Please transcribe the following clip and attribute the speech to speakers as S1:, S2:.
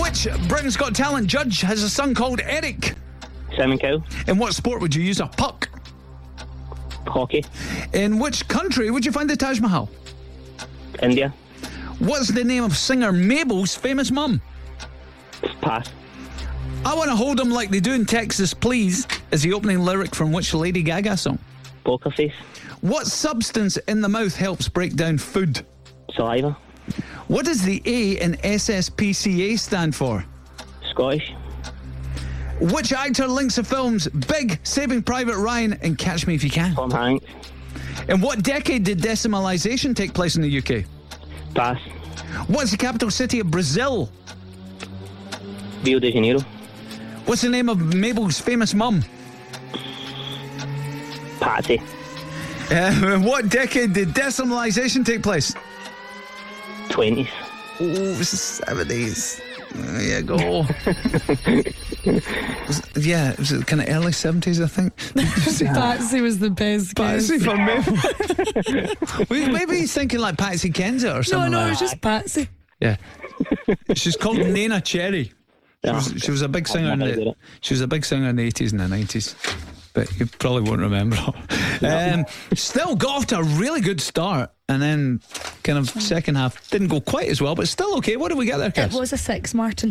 S1: Which Britain's Got Talent judge has a son called Eric?
S2: Simon Cowell,
S1: In what sport would you use a puck?
S2: hockey,
S1: In which country would you find the Taj Mahal?
S2: India,
S1: What's the name of singer Mabel's famous mum?
S2: pass,
S1: I want to hold 'em like they do in Texas, please, is the opening lyric from which Lady Gaga song?
S2: poker face,
S1: What substance in the mouth helps break down food?
S2: saliva,
S1: What does the A in SSPCA stand for?
S2: Scottish,
S1: Which actor links the films Big, Saving Private Ryan, and Catch Me If You Can?
S2: Tom Hanks,
S1: In what decade did decimalisation take place in the UK?
S2: pass,
S1: What's the capital city of Brazil?
S2: Rio de Janeiro,
S1: What's the name of Mabel's famous mum?
S2: Patsy,
S1: Uh, in what decade did decimalisation take place?
S2: 20s,
S1: Oh, 70s. There you go. Was- yeah, it was kind of early 70s, I think.
S3: Patsy was the best guess.
S1: Patsy from Maple. We- Maybe he's thinking like Patsy Kenza or
S3: No,
S1: something.
S3: no, it
S1: like
S3: was just Patsy.
S1: that. Yeah. She's called Nana Cherry. She
S2: Yeah.
S1: was, she was a big singer in
S2: Ah, never heard
S1: the
S2: it.
S1: she was a big singer in the eighties and the nineties, but you probably won't remember. her. Um, still got off to a really good start, and then kind of second half didn't go quite as well, but still okay. What did we get there, Chris?
S3: It was a six, Martin.